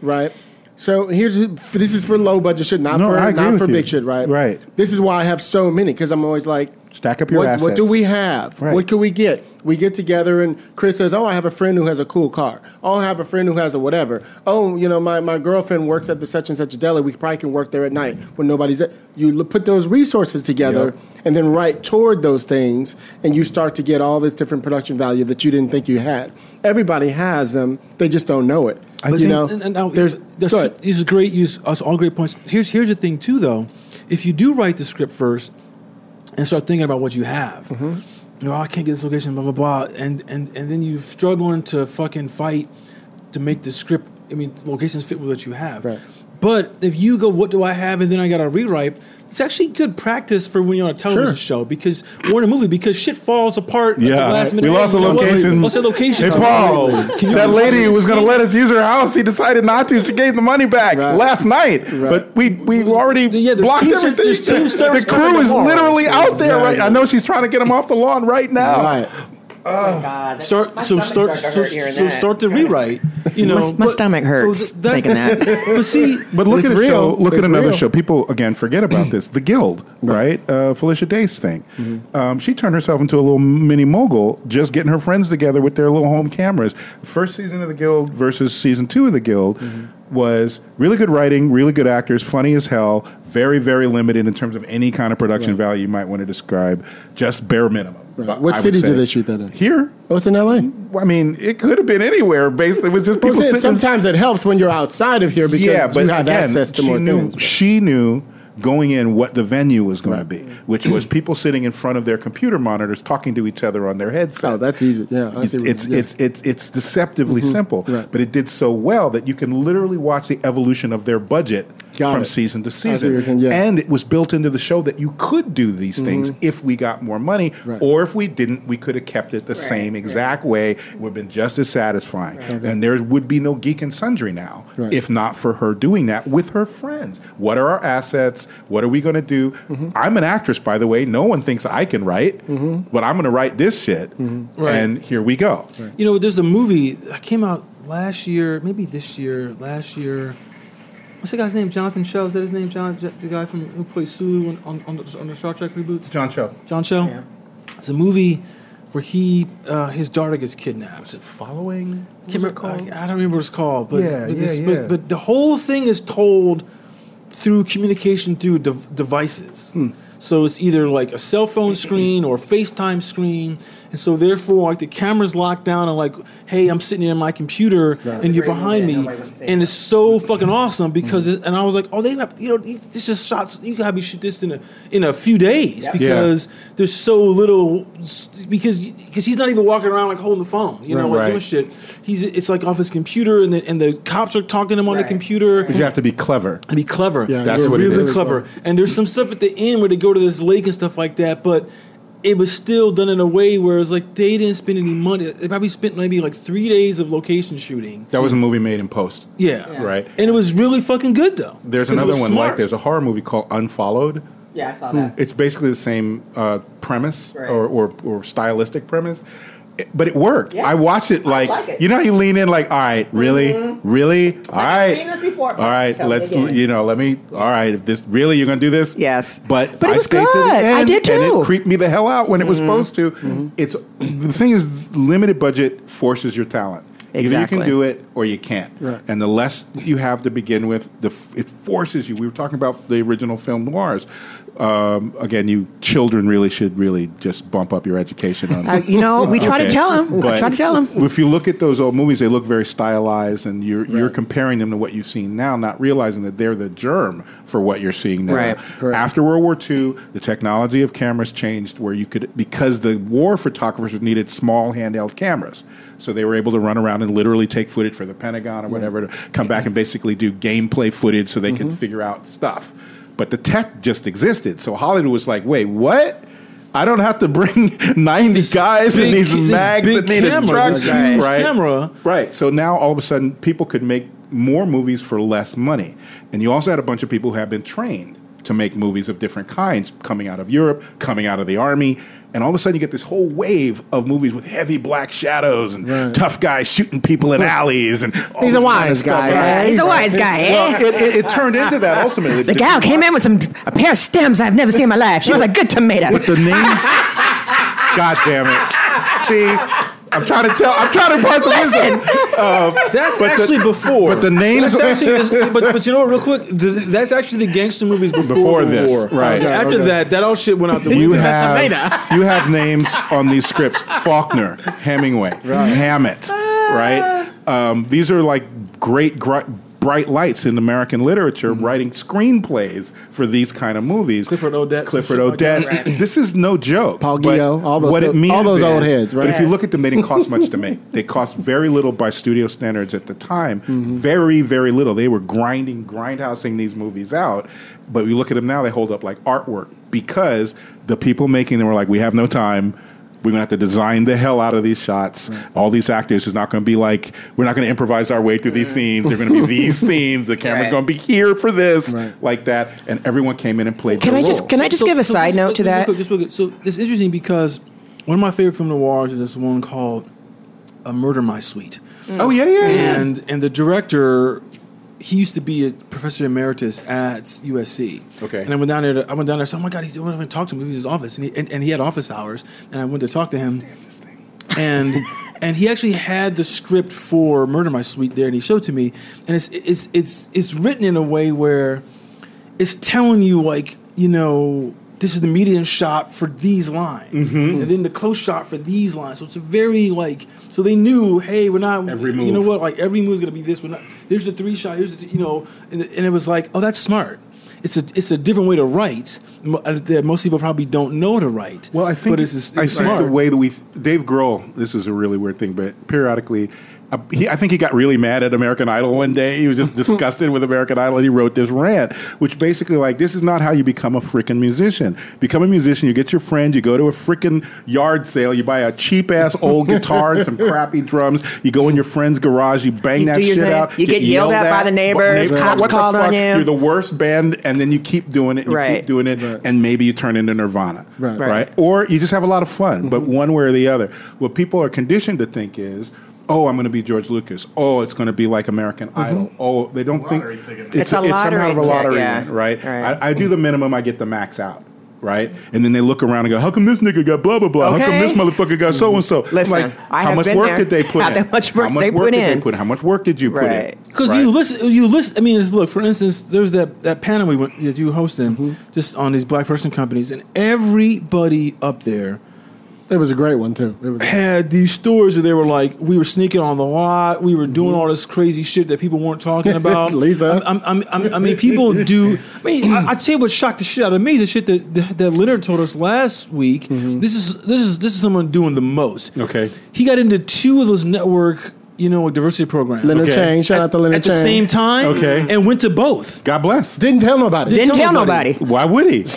C: right? So here's this is for low budget shit, not
E: No,
C: for
E: I agree
C: not
E: with
C: for
E: you.
C: big shit, right?
E: Right.
C: This is why I have so many because I'm always like,
E: Stack up your
C: what, What do
E: assets.
C: we have?
E: Right.
C: What can we get? We get together and Chris says, "Oh, I have a friend who has a cool car. Oh, I have a friend who has a whatever. Oh, you know, my, my girlfriend works at the such and such deli. We probably can work there at night when nobody's there." You l- put those resources together
E: Yep.
C: and then write toward those things, and you start to get all this different production value that you didn't think you had. Everybody has them; they just don't know it.
E: I
C: you
E: think-
C: know,
H: And, and now,
C: there's
H: that's,
C: go ahead.
H: these are great use us all great points. Here's here's the thing too though. If you do write the script first and start thinking about what you have,
C: Mm-hmm.
H: you know, "Oh, I can't get this location, blah blah blah, and and and then you're struggling to fucking fight to make the script. I mean, locations fit with what you have.
C: Right.
H: But if you go, what do I have, and then I got to rewrite. It's actually good practice for when you're on a television
C: Sure.
H: show because or in a movie because shit falls apart. at
E: Yeah.
H: the last
E: We
H: minute.
E: lost a
H: What-
E: location.
H: What's the location?
E: Hey, Paul,
H: Can you-
E: that lady who was going to let us use her house, she decided not to. She gave the money back
C: Right.
E: last night. But we we already
H: Yeah, there's
E: blocked
H: team ser-
E: everything. <laughs>
H: there's team
E: the
H: service
E: crew
H: coming
E: is
H: tomorrow.
E: literally out there right
C: Exactly.
E: I know she's trying to get them off the lawn right now.
C: Right.
D: Oh,
H: start so start so, so start the rewrite. You know,
F: My- my
H: but-
F: stomach hurts
H: th-
F: thinking that.
H: but
F: <laughs>
H: see,
E: But look
C: It's
E: at a
C: real.
E: show. Look
C: It's
E: at another
C: real.
E: show. People again forget about this. The Guild, right? Uh, Felicia Day's thing.
C: Mm-hmm.
E: Um, she turned herself into a little mini mogul, just getting her friends together with their little home cameras. First season of the Guild versus season two of the Guild
C: Mm-hmm.
E: was really good writing, really good actors, funny as hell. Very very limited in terms of any kind of production value you might want to describe. Just bare minimum.
C: Right. What
E: I would
C: city
E: say.
C: did they shoot that in?
E: Here.
C: Oh, it's in L.A.
E: I mean, it could have been anywhere. Basically, it was just
C: Well,
E: people
C: see,
E: sitting.
C: sometimes it helps when you're outside of here because you have access to
E: she
C: more
E: knew,
C: things.
E: She knew going in what the venue was going to be, which was people sitting in front of their computer monitors talking to each other on their headsets.
C: Oh, that's easy. Yeah, I
E: It's
C: see what you-
E: it's,
C: yeah.
E: it's it's it's deceptively simple,
C: Right.
E: but it did so well that you can literally watch the evolution of their budget
C: Got
E: from
C: it.
E: season to
C: what
E: season,
C: you're saying, yeah. Mm-hmm.
E: and it was built into the show that you could do these things if we got more money,
C: Right.
E: or if we didn't, we could have kept it the same exact way. It would have been just as satisfying, and there would be no geek and sundry now
C: Right.
E: if not for her doing that with her friends. What are our assets? What are we going to do?
H: Mm-hmm.
E: I'm an actress, by the way. No one thinks I can write, but I'm going to write this shit.
H: Mm-hmm. Right.
E: And here we go.
H: you know, there's a movie that came out last year, maybe this year, last year. What's the guy's name? Jonathan Cho. Is that his name? John, the guy from who plays Sulu on on, on, the, on the Star Trek reboots.
E: John Cho.
H: John Cho. It's a movie where he uh, his daughter gets kidnapped.
E: Following.
H: Can't remember- I, I don't remember what it's called, but,
E: Yeah,
H: but,
E: yeah,
H: this,
E: yeah.
H: But,
E: Hmm.
H: but the whole thing is told through communication through dev- devices. So it's either like a cell phone
E: Mm-hmm.
H: screen or FaceTime screen, and so therefore like the camera's locked down and like, hey, I'm sitting here in my computer <laughs> and you're
D: Great
H: behind
D: movie,
H: me,
D: nobody would see
H: and
D: it.
H: it's so fucking awesome because it, and I was like, oh, they have you know you- this just shots you gotta be shoot this in a in a few days
D: Yep.
H: because there's so little because because he's not even walking around like holding the phone, you know,
E: Right,
H: like doing
E: right.
H: shit. He's it's like off his computer and the, and the cops are talking to him on the
D: Right.
H: computer.
E: But you have to be clever.
H: And be clever.
C: Yeah,
E: That's
H: They were
E: what it
H: really
E: is.
H: clever. And there's some stuff at the end where they go to this lake and stuff like that, but it was still done in a way where it's like they didn't spend any money. They probably spent maybe like three days of location shooting.
E: That was a movie made in post.
H: Yeah.
E: Right.
H: And it was really fucking good though.
E: There's
H: 'Cause it
E: another
H: was
E: one
H: smart.
E: like there's a horror movie called Unfollowed.
D: Yeah, I saw
H: Hmm.
D: that.
E: It's basically the same uh, premise
D: Right.
E: or, or, or stylistic premise, It- but it worked.
D: Yeah.
E: I watched it like,
D: like it. Mm-hmm.
E: you know, how you lean in like, all right, really, really, all
D: I've
E: right,
D: seen this before, but
E: all right,
D: tell me
E: let's
D: again.
E: you know, let me, all right, if this really you're gonna do this,
F: Yes.
E: but
F: But it
E: I
F: was
E: stayed to the
F: good. I
E: end,
F: did
E: and
F: too. Mm-hmm.
E: it creeped me the hell out when it was supposed to. It's the thing is, limited budget forces your talent. Either you
F: Exactly.
E: can do it or you can't. And the less you have to begin with, the f- it forces you. We were talking about the original film noirs. Um, again, you children really should really just bump up your education on.
F: Uh, you know, we try to
E: Okay.
F: tell him. I
E: But
F: try to tell him.
E: If you look at those old movies, they look very stylized, and you're you're comparing them to what you've seen now, not realizing that they're the germ for what you're seeing now.
F: Right.
E: After World War II, the technology of cameras changed, where you could because the war photographers needed small handheld cameras, so they were able to run around and literally take footage for the Pentagon or whatever to come back and basically do gameplay footage, so they
F: Mm-hmm.
E: could figure out stuff. But the tech just existed, so Hollywood was like, "Wait, what?" I don't have to bring <laughs> 90 guys
H: big-
E: and these
H: this
E: mags
H: big
E: that need a
H: camera,
E: truck,
H: this huge camera.
E: Right. So now all of a sudden, people could make more movies for less money, and you also had a bunch of people who have been trained to make movies of different kinds coming out of Europe, coming out of the army, and all of a sudden you get this whole wave of movies with heavy black shadows and tough guys shooting people in alleys and all
C: He's
E: this
C: a
E: kind
C: wise
E: of stuff,
C: guy.
E: right?
F: Yeah, he's a wise guy.
E: Well,
F: Eh?
E: it, it, it turned into that ultimately.
F: The gal came in with some a pair of stems I've never seen in my life. She was a good tomato.
E: with the names. God damn it! See, I'm trying to tell. I'm trying to parcel this.
F: Listen.
E: out. Uh,
H: That's
E: But the-
H: actually before.
E: but the names-
H: That's actually,
E: <laughs>
H: this- but, but you know, what, real quick, th- that's actually the gangster movies before,
E: Before
H: the
E: this,
H: war.
E: right. Okay,
H: After
E: okay.
H: that, that all shit went out the
E: you
H: window.
E: have you have names on these scripts: Faulkner, Hemingway, Hammett. Right? Um, these are like great. Gr- Bright lights in American literature, writing screenplays for these kind of movies.
H: Mm-hmm. Clifford Odets and
E: Clifford
H: shit like
E: Odets.
H: that.
E: This is no joke.
C: Paul
E: but
C: Geo, all those-
E: what it
C: all
E: means
C: those old
E: is-
C: heads, right?
E: But if you look at them, they didn't cost much
F: <laughs>
E: to make. They cost very little by studio standards at the time.
F: Mm-hmm.
E: Very, very little. They were grinding, grindhousing these movies out. But you look at them now, they hold up like artwork because the people making them were like, we have no time. We're gonna have to design the hell out of these shots. All these actors is not gonna be like we're not gonna improvise our way through these scenes. They're gonna be these
F: <laughs>
E: scenes. The camera's
D: Right.
E: gonna be here for this,
C: Right.
E: like that. And everyone came in and played.
F: Can
E: their
F: I just-
E: roles.
F: can I- just give a side
H: just-
F: note to
H: real
F: that?
H: quick, just real quick. So it's interesting because one of my favorite film noirs is this one called "A Murder My Suite,"
F: Mm.
E: Oh yeah, yeah, yeah.
H: and and the director he used to be a professor emeritus at USC.
E: Okay.
H: and I went down there. To, I went down there. So oh my god, he's I went over and talked to him. He was in his office, and he, and, and he had office hours. And I went to talk to him, and and he actually had the script for Murder My Suite there, and he showed it to me. And it's it's it's it's written in a way where it's telling you like you know this is the medium shot for these lines
E: Mm-hmm.
H: and then the close shot for these lines so it's a very like so they knew hey we're not
E: Every
H: you know
E: move.
H: what like every move's gonna be this we're not here's the three shot here's the t- you know and, and it was like oh that's smart it's a it's a different way to write mo- uh, that most people probably don't know to write
E: Well, I think
H: but it's, it's,
E: I
H: it's
E: think
H: smart
E: the way that we Dave Grohl. This is a really weird thing, but periodically, uh, he, I think he got really mad at American Idol one day. He
F: <laughs>
E: was just disgusted with American Idol, and he wrote this rant, which basically like this is not how you become a freaking musician. Become a musician, you get your friend, you go to a freaking yard sale, you buy a cheap ass
F: <laughs>
E: old guitar and some crappy drums. You go in your friend's garage, you bang
F: You
E: that
F: do your
E: shit
F: thing.
E: out.
F: You get yelled at by the neighbors, cops
E: what the
F: called on
E: fuck?
F: you.
E: You're the worst band, and then you keep doing it, and you
F: Right.
E: keep doing it, and maybe you turn into Nirvana,
C: Right.
E: right? Or you just have a lot of fun, but
F: Mm-hmm.
E: one way or the other. What people are conditioned to think is, oh, I'm going to be George Lucas. Oh, it's going to be like American Idol. Oh, they don't
G: Lottery ticket.
E: think it's,
F: Mm-hmm. It's a
E: it's somehow
F: lottery
E: of a
F: ticket,
E: lottery,
F: yeah.
E: win, right?
F: Right.
E: I, I do the minimum, I get the max out. right? And then they look around and go, "How come this nigga got blah blah blah? How come
F: Okay.
E: this motherfucker got so and so?"
F: Listen,
E: like,
F: I
E: how
F: have
E: much
F: been
E: work
F: there.
E: did they put
F: How
E: in?
F: much work they put
E: did
F: in.
E: they put in? How much work did you put
F: Right.
E: in?
H: Because
E: Right.
H: you listen, you listen. I mean, it's, look for instance, there's that that panel we went that you hosted
E: Mm-hmm.
H: just on these black person companies, and everybody up there
C: It was a great one too. It was,
H: had these stories where they were like, we were sneaking on the lot, we were doing all this crazy shit that people weren't talking about.
C: Mm-hmm. <laughs> Lisa. Mm.
H: I'm, I'm, I'm, I mean,
C: <laughs>
H: people do. I mean, I, I tell you what shocked the shit out of me is the shit that, that, that Leonard told us last week.
C: Mm-hmm.
H: This is this is this is someone doing the most.
E: Okay.
H: he got into two of those network, you know, diversity programs.
C: Leonard
E: Okay.
C: Chang, shout out
H: At,
C: to Leonard
H: at
C: Chang.
H: the same time,
E: Okay.
H: and went to both.
E: God bless.
C: Didn't tell nobody. <laughs>
F: Didn't
H: tell
F: tell
H: nobody.
F: nobody.
E: Why would he?
F: <laughs>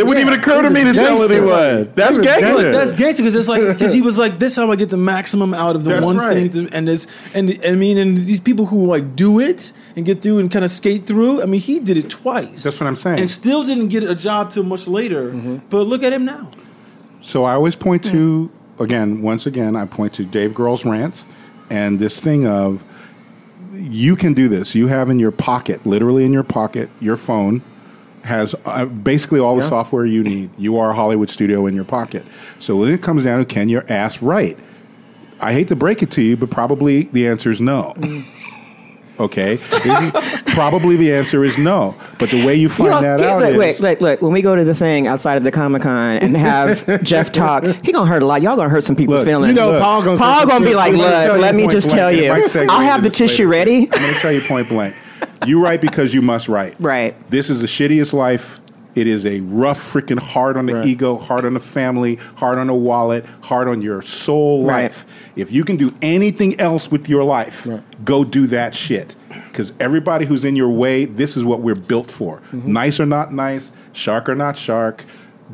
E: It wouldn't even occur to me to tell
C: Gangster.
E: anyone. That's
C: He was
E: gangster.
H: Look, that's gangster because it's like because he was like this how I get the maximum out of the
E: That's
H: one
E: right.
H: thing to- and this and I mean and these people who like do it and get through and kind of skate through I mean he did it twice
E: That's what I'm saying.
H: and still didn't get a job till much later
I: Mm-hmm.
H: but look at him now
E: So I always point to
F: Hmm.
E: again, once again, I point to Dave Grohl's rants and this thing of you can do this. You have in your pocket, literally in your pocket, your phone has uh, basically all the software you need. You are a Hollywood studio in your pocket. So when it comes down to can your ass write, I hate to break it to you, but probably the answer is no.
F: Mm.
E: Okay, <laughs> probably the answer is no. But the way you find
F: You know,
E: that
F: yeah,
E: out
F: look,
E: is
F: Wait, look, look. When we go to the thing outside of the Comic Con and
E: <laughs>
F: have Jeff talk, he gonna hurt a lot. Y'all gonna hurt some people's
E: Look,
F: feelings.
E: you know
C: Paul gonna say
F: Paul
C: some
F: gonna be
C: shit.
F: like,
E: I'm
F: look,
E: gonna tell you
F: let me
E: point
F: just
E: blank,
F: tell
E: and it
F: you,
E: might segue
F: I'll have the
E: into this
F: tissue
E: later.
F: ready.
E: I'm going to tell you point blank. You write because you must write.
F: <laughs> Right.
E: This is the shittiest life. It is a rough, freaking hard on the
C: Right.
E: ego, hard on the family, hard on the wallet, hard on your soul
F: Right.
E: life. If you can do anything else with your life,
C: Right.
E: go do that shit. Because everybody who's in your way, this is what we're built for.
C: Mm-hmm.
E: Nice or not nice, shark or not shark,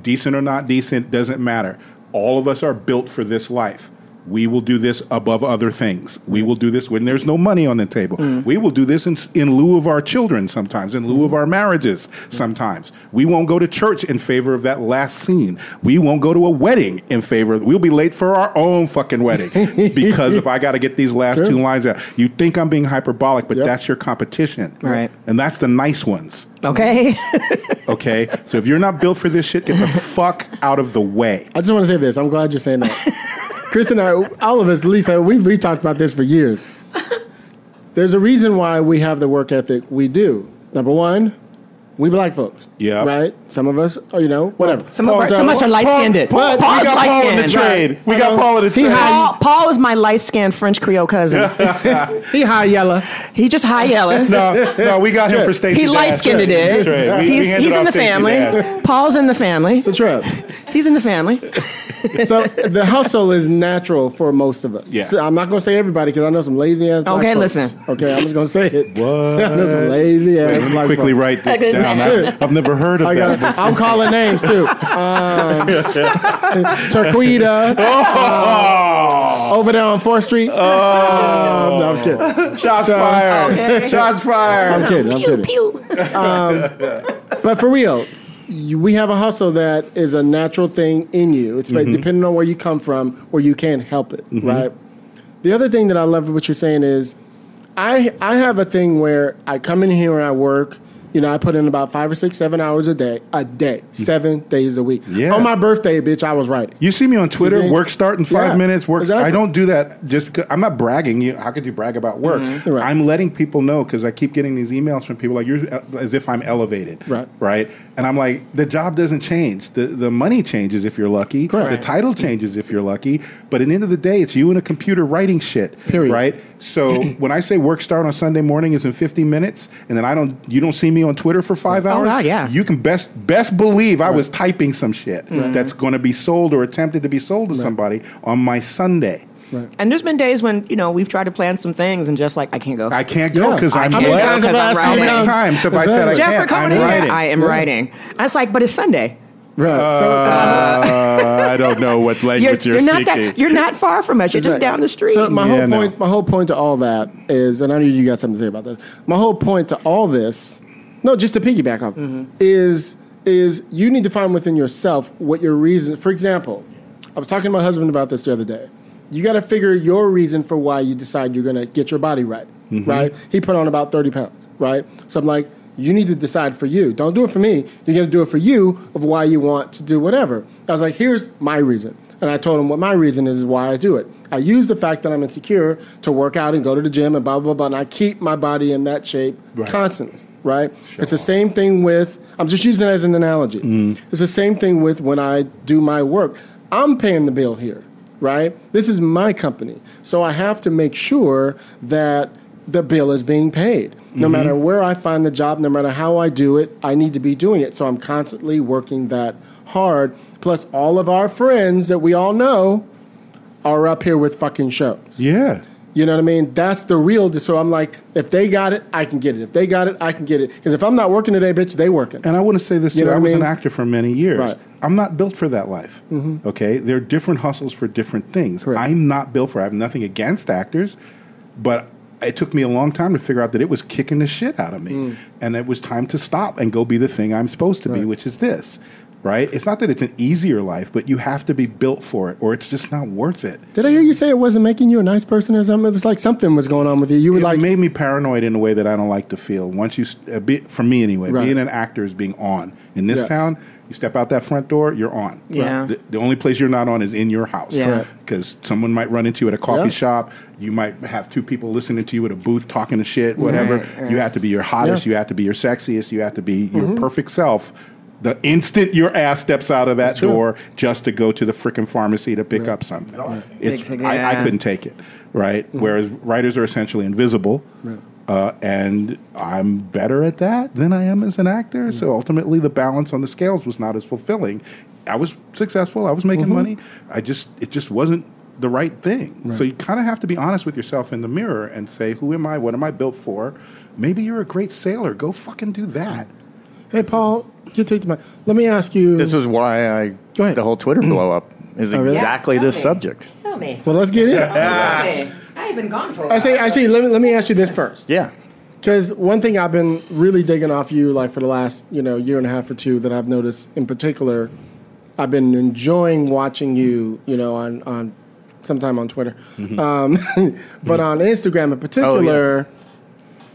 E: decent or not decent, doesn't matter. All of us are built for this life. We will do this above other things. We will do this when there's no money on the table.
C: Mm.
E: We will do this in, in lieu of our children sometimes, in lieu of our marriages sometimes. We won't go to church in favor of that last scene. We won't go to a wedding in favor of, we'll be late for our own
C: <laughs>
E: fucking wedding because if I got to get these last two lines out. You think I'm being hyperbolic, but
C: Yep.
E: that's your competition.
F: Right.
E: And that's the nice ones.
F: Okay.
C: <laughs>
E: Okay. so if you're not built for this shit, get the fuck out of the way.
C: I just want to say this. I'm glad you're saying
E: <laughs>
C: that. Chris and I, all of us, Lisa, we we talked about this for years. There's a reason why we have the work ethic we do. Number one, we black folks.
E: Yeah.
C: Right. Some of us, oh, you know, whatever.
F: Some of our, some of us are light skinned.
C: Paul-
F: Paul,
C: we
F: is
E: got
F: light
E: Paul in the
F: skinned.
E: trade. We
C: I
E: got
C: know.
E: <laughs> Paul in the
C: He
E: trade.
C: high,
F: Paul, Paul is my light skinned French Creole cousin.
C: he high yellow.
F: he just high
E: <laughs>
F: yelling.
E: No, no, we got him for Stacey.
F: He
E: Dash.
F: light skinned it
E: That's
F: is.
E: right. We- we
F: He's,
E: handed
F: he's in
E: off
F: the
E: Stacey Dash.
F: family. Paul's in the family.
C: It's a trip.
F: He's in the family.
C: So the hustle is natural for most of us.
E: Yeah.
C: So I'm not gonna say everybody because I know some lazy ass. black
F: Okay,
C: folks.
F: listen.
C: Okay, I'm just gonna say it.
E: <laughs> What?
C: <laughs> I know some lazy ass.
E: Wait, Uh, let me
C: black
E: quickly
C: folks.
E: write this down. I, I've never heard of
C: I
E: that.
C: got,
E: before.
C: I'm calling names too.
E: <laughs>
C: Um, Torquita.
E: Oh!
C: Um, over there on Fourth Street. Oh, <laughs> no, I'm kidding.
E: Shots
C: So-
E: fired. Shots fired.
C: I'm kidding. I'm kidding.
F: <laughs> Pew.
C: But for real, you, we have a hustle that is a natural thing in you. It's like depending on where you come from, or you can't help it, right? The other thing that I love what you're saying is, I I have a thing where I come in here and I work. You know, I put in about five or six, seven hours a day, a day, seven days a week.
E: Yeah.
C: On my birthday, bitch, I was writing.
E: You see me on Twitter,
C: see?
E: work start in five
C: Yeah,
E: minutes. Work.
C: exactly.
E: I don't do that just because I'm not bragging. You, how could you brag about work?
C: Mm-hmm. Right.
E: I'm letting people know because I keep getting these emails from people like you're uh, as if I'm elevated,
C: Right.
E: Right. And I'm like, the job doesn't change. The the money changes if you're lucky.
C: Correct.
E: The title changes if you're lucky. But at the end of the day, it's you and a computer writing shit.
C: Period.
E: Right.
C: <clears throat>
E: So when I say work start on Sunday morning is in 50 minutes, and then I don't, you don't see me on Twitter for five hours.
F: Oh, God, yeah.
E: You can best best believe I was typing some shit
F: Mm-hmm.
E: that's going to be sold or attempted to be sold to somebody on my Sunday.
F: And there's been days when, you know, we've tried to plan some things and just like, I can't go.
E: I can't go
C: Yeah.
E: because
C: I
E: I'm
F: can't
E: what?
F: go 'cause I'm
E: How
F: writing.
E: many times have I said I
C: Exactly.
F: Jeff, we're
E: can't?
F: coming
E: I'm
F: in here.
E: writing.
F: I am writing. And it's like, but it's Sunday.
C: Right. so, so
E: Uh, I don't know
F: <laughs>
E: what
F: You're,
E: language you're,
F: you're not
E: speaking.
F: that. You're not far from us. You're just
C: Exactly.
F: down the street.
C: So my
E: Yeah,
C: whole
E: no.
C: point, my whole point to all that is, and I know you got something to say about this. My whole point to all this, no, just to piggyback on,
E: Mm-hmm.
C: is is you need to find within yourself what your reason. For example, I was talking to my husband about this the other day. You got to figure your reason for
E: Mm-hmm.
C: why you decide you're going to get your body right. Right? He put on about thirty pounds. Right? So I'm like, You need to decide for you. Don't do it for me. You got to do it for you of why you want to do whatever. I was like, here's my reason. And I told him what my reason is why I do it. I use the fact that I'm insecure to work out and go to the gym and blah, blah, blah. And I keep my body in that shape
E: Right.
C: constantly, right? It's the same thing with, I'm just using it as an analogy. It's the same thing with when I do my work. I'm paying the bill here, right? This is my company. So I have to make sure that the bill is being paid. No matter where I find the job, no matter how I do it, I need to be doing it. So I'm constantly working that hard. Plus, all of our friends that we all know are up here with fucking shows.
E: Yeah.
C: You know what I mean? That's the real. So I'm like, if they got it, I can get it. If they got it, I can get it. Because if I'm not working today, bitch, they working.
E: And I want to say this too.
C: You know
E: I
C: what I
E: was an
C: mean?
E: actor for many years.
C: Right. Mm-hmm.
E: I'm not built for that life. Okay, there are different hustles for different things.
C: Correct.
E: I'm not built for. it. I have nothing against actors, but it took me a long time to figure out that it was kicking the shit out of me,
C: Mm.
E: and it was time to stop and go be the thing I'm supposed to be, which is this. Right? It's not that it's an easier life, but you have to be built for it, or it's just not worth it.
C: Did I hear you say it wasn't making you a nice person or something? It was like something was going on with you. You were
E: it
C: like,
E: made me paranoid in a way that I don't like to feel. Once you, st- uh, be, for me anyway,
C: Right.
E: being an actor is being on. In this
C: Yes.
E: town, you step out that front door, you're on.
F: Yeah.
E: The, the only place you're not on is in your house.
F: Yeah. Right.
E: Because someone might run into you at a coffee
C: Yeah.
E: shop. You might have two people listening to you at a booth talking to shit, whatever. You have to be your hottest.
C: Yeah. Mm-hmm.
E: You have to be your sexiest. You have to be your perfect self. The instant your ass steps out of that door just to go to the freaking pharmacy to pick up something. It's,
F: Big-
E: I, I
F: yeah.
E: couldn't take it, right?
I: Mm-hmm.
E: Whereas writers are essentially invisible, uh, and I'm better at that than I am as an actor.
I: Mm-hmm.
E: So ultimately, the balance on the scales was not as fulfilling. I was successful. I was
I: Mm-hmm.
E: making money. I just it just wasn't the right thing. So you kind of have to be honest with yourself in the mirror and say, "Who am I? What am I built for?" Maybe you're a great sailor. Go fucking do that.
C: hey, Paul, you take the mic. Let me ask you.
I: This was why I
C: Go ahead.
I: the whole Twitter blow up is
H: Oh,
C: really? Yeah,
I: exactly this
F: exactly.
I: subject.
F: Tell me.
C: well, let's get in.
I: <laughs>
F: I've been gone for a while.
C: I say, actually, let me let me ask you this first.
I: Yeah,
C: Because one thing I've been really digging off you, like for the last you know year and a half or two, that I've noticed in particular, I've been enjoying watching you, you know, on on sometime on Twitter, um, <laughs> but on Instagram in particular,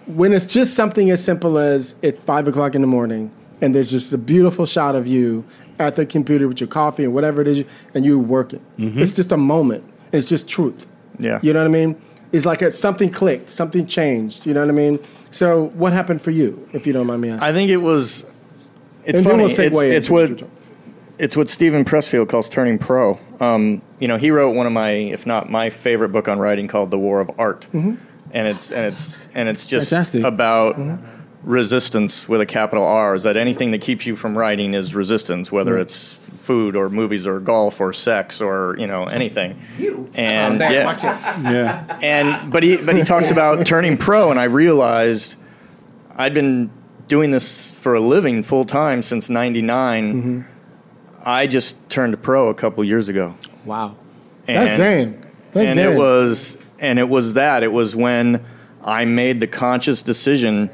C: when it's just something as simple as it's five o'clock in the morning and there's just a beautiful shot of you at the computer with your coffee and whatever it is, and you working. It's just a moment. It's just truth.
I: Yeah.
C: You know what I mean? It's like a, something clicked, something changed. You know what I mean? So what happened for you, if you don't mind me asking?
I: I think it was.
C: And
I: It's
C: then
I: funny.
C: we'll
I: it's,
C: segue into
I: it's
C: what
I: what
C: you're talking-
I: it's what Stephen Pressfield calls turning pro. Um, you know, he wrote one of my, if not my favorite book on writing called The War of Art,
C: Mm-hmm.
I: and it's and it's and it's just
H: Fantastic.
I: about resistance with a capital R. Is that anything that keeps you from writing is resistance, whether it's food or movies or golf or sex or you know anything. You and yeah
E: Yeah,
I: and but he but he talks about turning pro, and I realized I'd been doing this for a living full time since '99. I just turned pro a couple years ago.
F: wow.
I: And,
C: That's damn. That's
I: and
C: damn.
I: it was and it was that it was when I made the conscious decision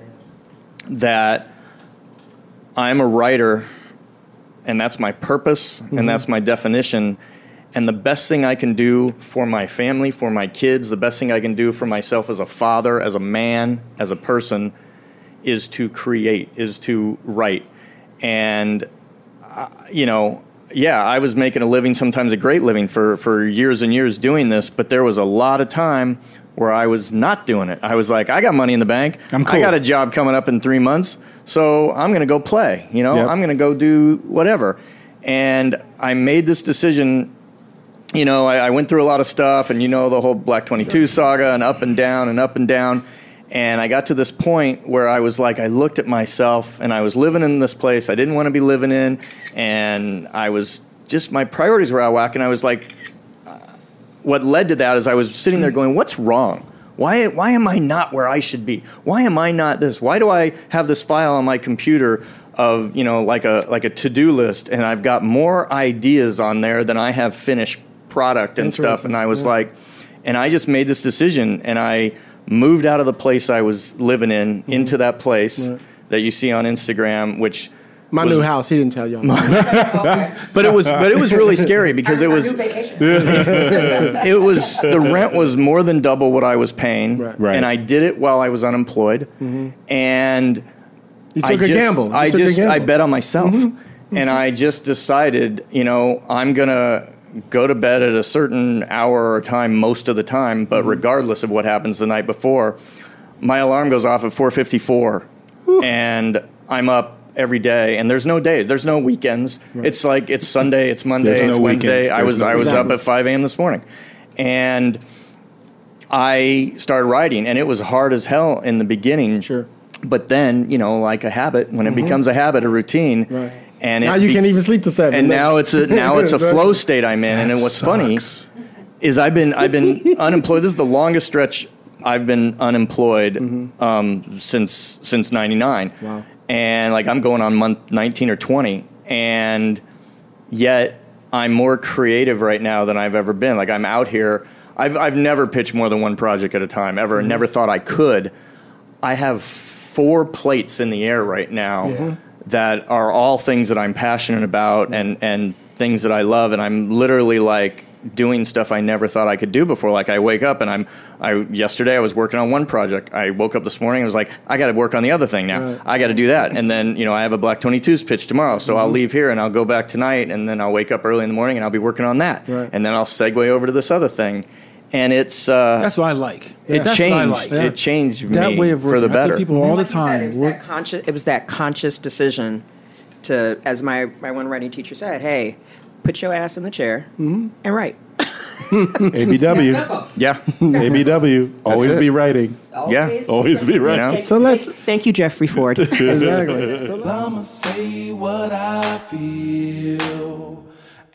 I: that I'm a writer, and that's my purpose,
E: Mm-hmm.
I: and that's my definition. And the best thing I can do for my family, for my kids, the best thing I can do for myself as a father, as a man, as a person, is to create, is to write. And, uh, you know, yeah, I was making a living, sometimes a great living for, for years and years doing this, but there was a lot of time where I was not doing it. I was like, I got money in the bank.
E: I'm
I: I
E: cool.
I: got a job coming up in three months, so I'm going to go play. You know,
E: Yep.
I: I'm going to go do whatever. And I made this decision. You know, I, I went through a lot of stuff, and you know the whole Black Twenty Two saga, and up and down, and up and down. And I got to this point where I was like, I looked at myself, and I was living in this place I didn't want to be living in, and I was just my priorities were out of whack, and I was like, what led to that is I was sitting there going, "What's wrong? Why why am I not where I should be? Why am I not this? Why do I have this file on my computer of you know like a like a to do list, and I've got more ideas on there than I have finished product and stuff?" And I was like, and I just made this decision, and I moved out of the place I was living in into that place that you see on Instagram, which.
C: My
I: was-
C: new house. He didn't tell y'all.
I: But it was but it was really scary because it was <laughs> it was the rent was more than double what I was paying,
C: Right.
E: Right.
I: and I did it while I was unemployed, and
C: You
I: I
C: took a
I: just-
C: gamble. You
I: I
C: took a
I: just
C: gamble. Mm-hmm.
I: I bet on myself, and I just decided, you know, I'm gonna go to bed at a certain hour or time most of the time, but
C: Mm-hmm.
I: regardless of what happens the night before, my alarm goes off at 4:54, and I'm up every day. And there's no days, there's no weekends. It's like it's Sunday, it's Monday,
E: There's
I: it's
E: no
I: Wednesday.
E: weekends.
I: I
E: There's
I: was
E: no-
I: I was
C: Exactly.
I: up at 5 a.m. this morning, and. I started writing, and it was hard as hell in the beginning.
C: Sure. Mm-hmm.
I: But then, you know, like a habit, when it becomes a habit, a routine,
C: Right.
I: and
C: Now
I: it
C: you
I: be-
C: can't even sleep to seven.
I: And
C: <laughs>
I: now it's a now it's a
C: Exactly.
I: flow state I'm in. and then what's funny is I've been
C: <laughs>
I: I've been unemployed. This is the longest stretch I've been unemployed um, since since '99.
C: Mm-hmm. Wow.
I: And like I'm going on month 19 or 20, and yet I'm more creative right now than I've ever been. Like I'm out here. I've I've never pitched more than one project at a time ever. and Never thought I could. I have four plates in the air right now that are all things that I'm passionate about and and things that I love and I'm literally like doing stuff I never thought I could do before like I wake up and I'm I yesterday I was working on one project I woke up this morning and was like I got to work on the other thing now I got to do that and then you know I have a black 22s pitch tomorrow so
H: Mm-hmm.
I: I'll leave here and I'll go back tonight and then I'll wake up early in the morning and I'll be working on that
C: Right.
I: and then I'll segue over to this other thing and it's uh
H: That's what I like.
I: it
H: That's
I: changed
H: What I like.
I: it changed
H: That
I: me
H: way of
I: for the
H: working. I tell
I: better
H: people all the
F: Like you said,
H: time.
F: it was,
H: work-
F: that conscious, it was that conscious decision to, as my, my one writing teacher said, hey, put your ass in the chair
C: Mm-hmm.
F: and write.
E: ABW.
I: <laughs> yeah
E: ABW.
H: <laughs>
E: Always
I: it.
E: be writing.
I: yeah
E: Always be writing.
I: know?
C: So let's
F: Thank you, Jeffrey Ford.
C: exactly.
I: <laughs>
C: So let's-
B: I'ma say what I feel,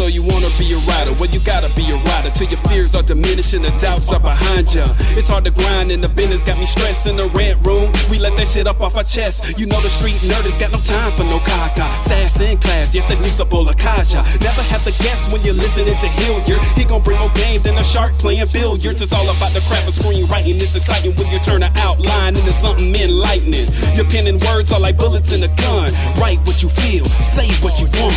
A: So you wanna be a rider? Well, you gotta be a rider till your fears are diminished and the doubts are behind ya. It's hard to grind and the business got me stressed in the rent room. We let that shit up off our chest. You know the street nerd has got no time for no caca. Sass in class, yes, that's Mr. Bolakaja. Never have to guess when you're listening to Hilliard. He gon' bring more game than a shark playing billiards. It's all about the crap of screenwriting. It's exciting when you turn an outline into something enlightening. Your pen and words are like bullets in a gun. Write what you feel, say what you want.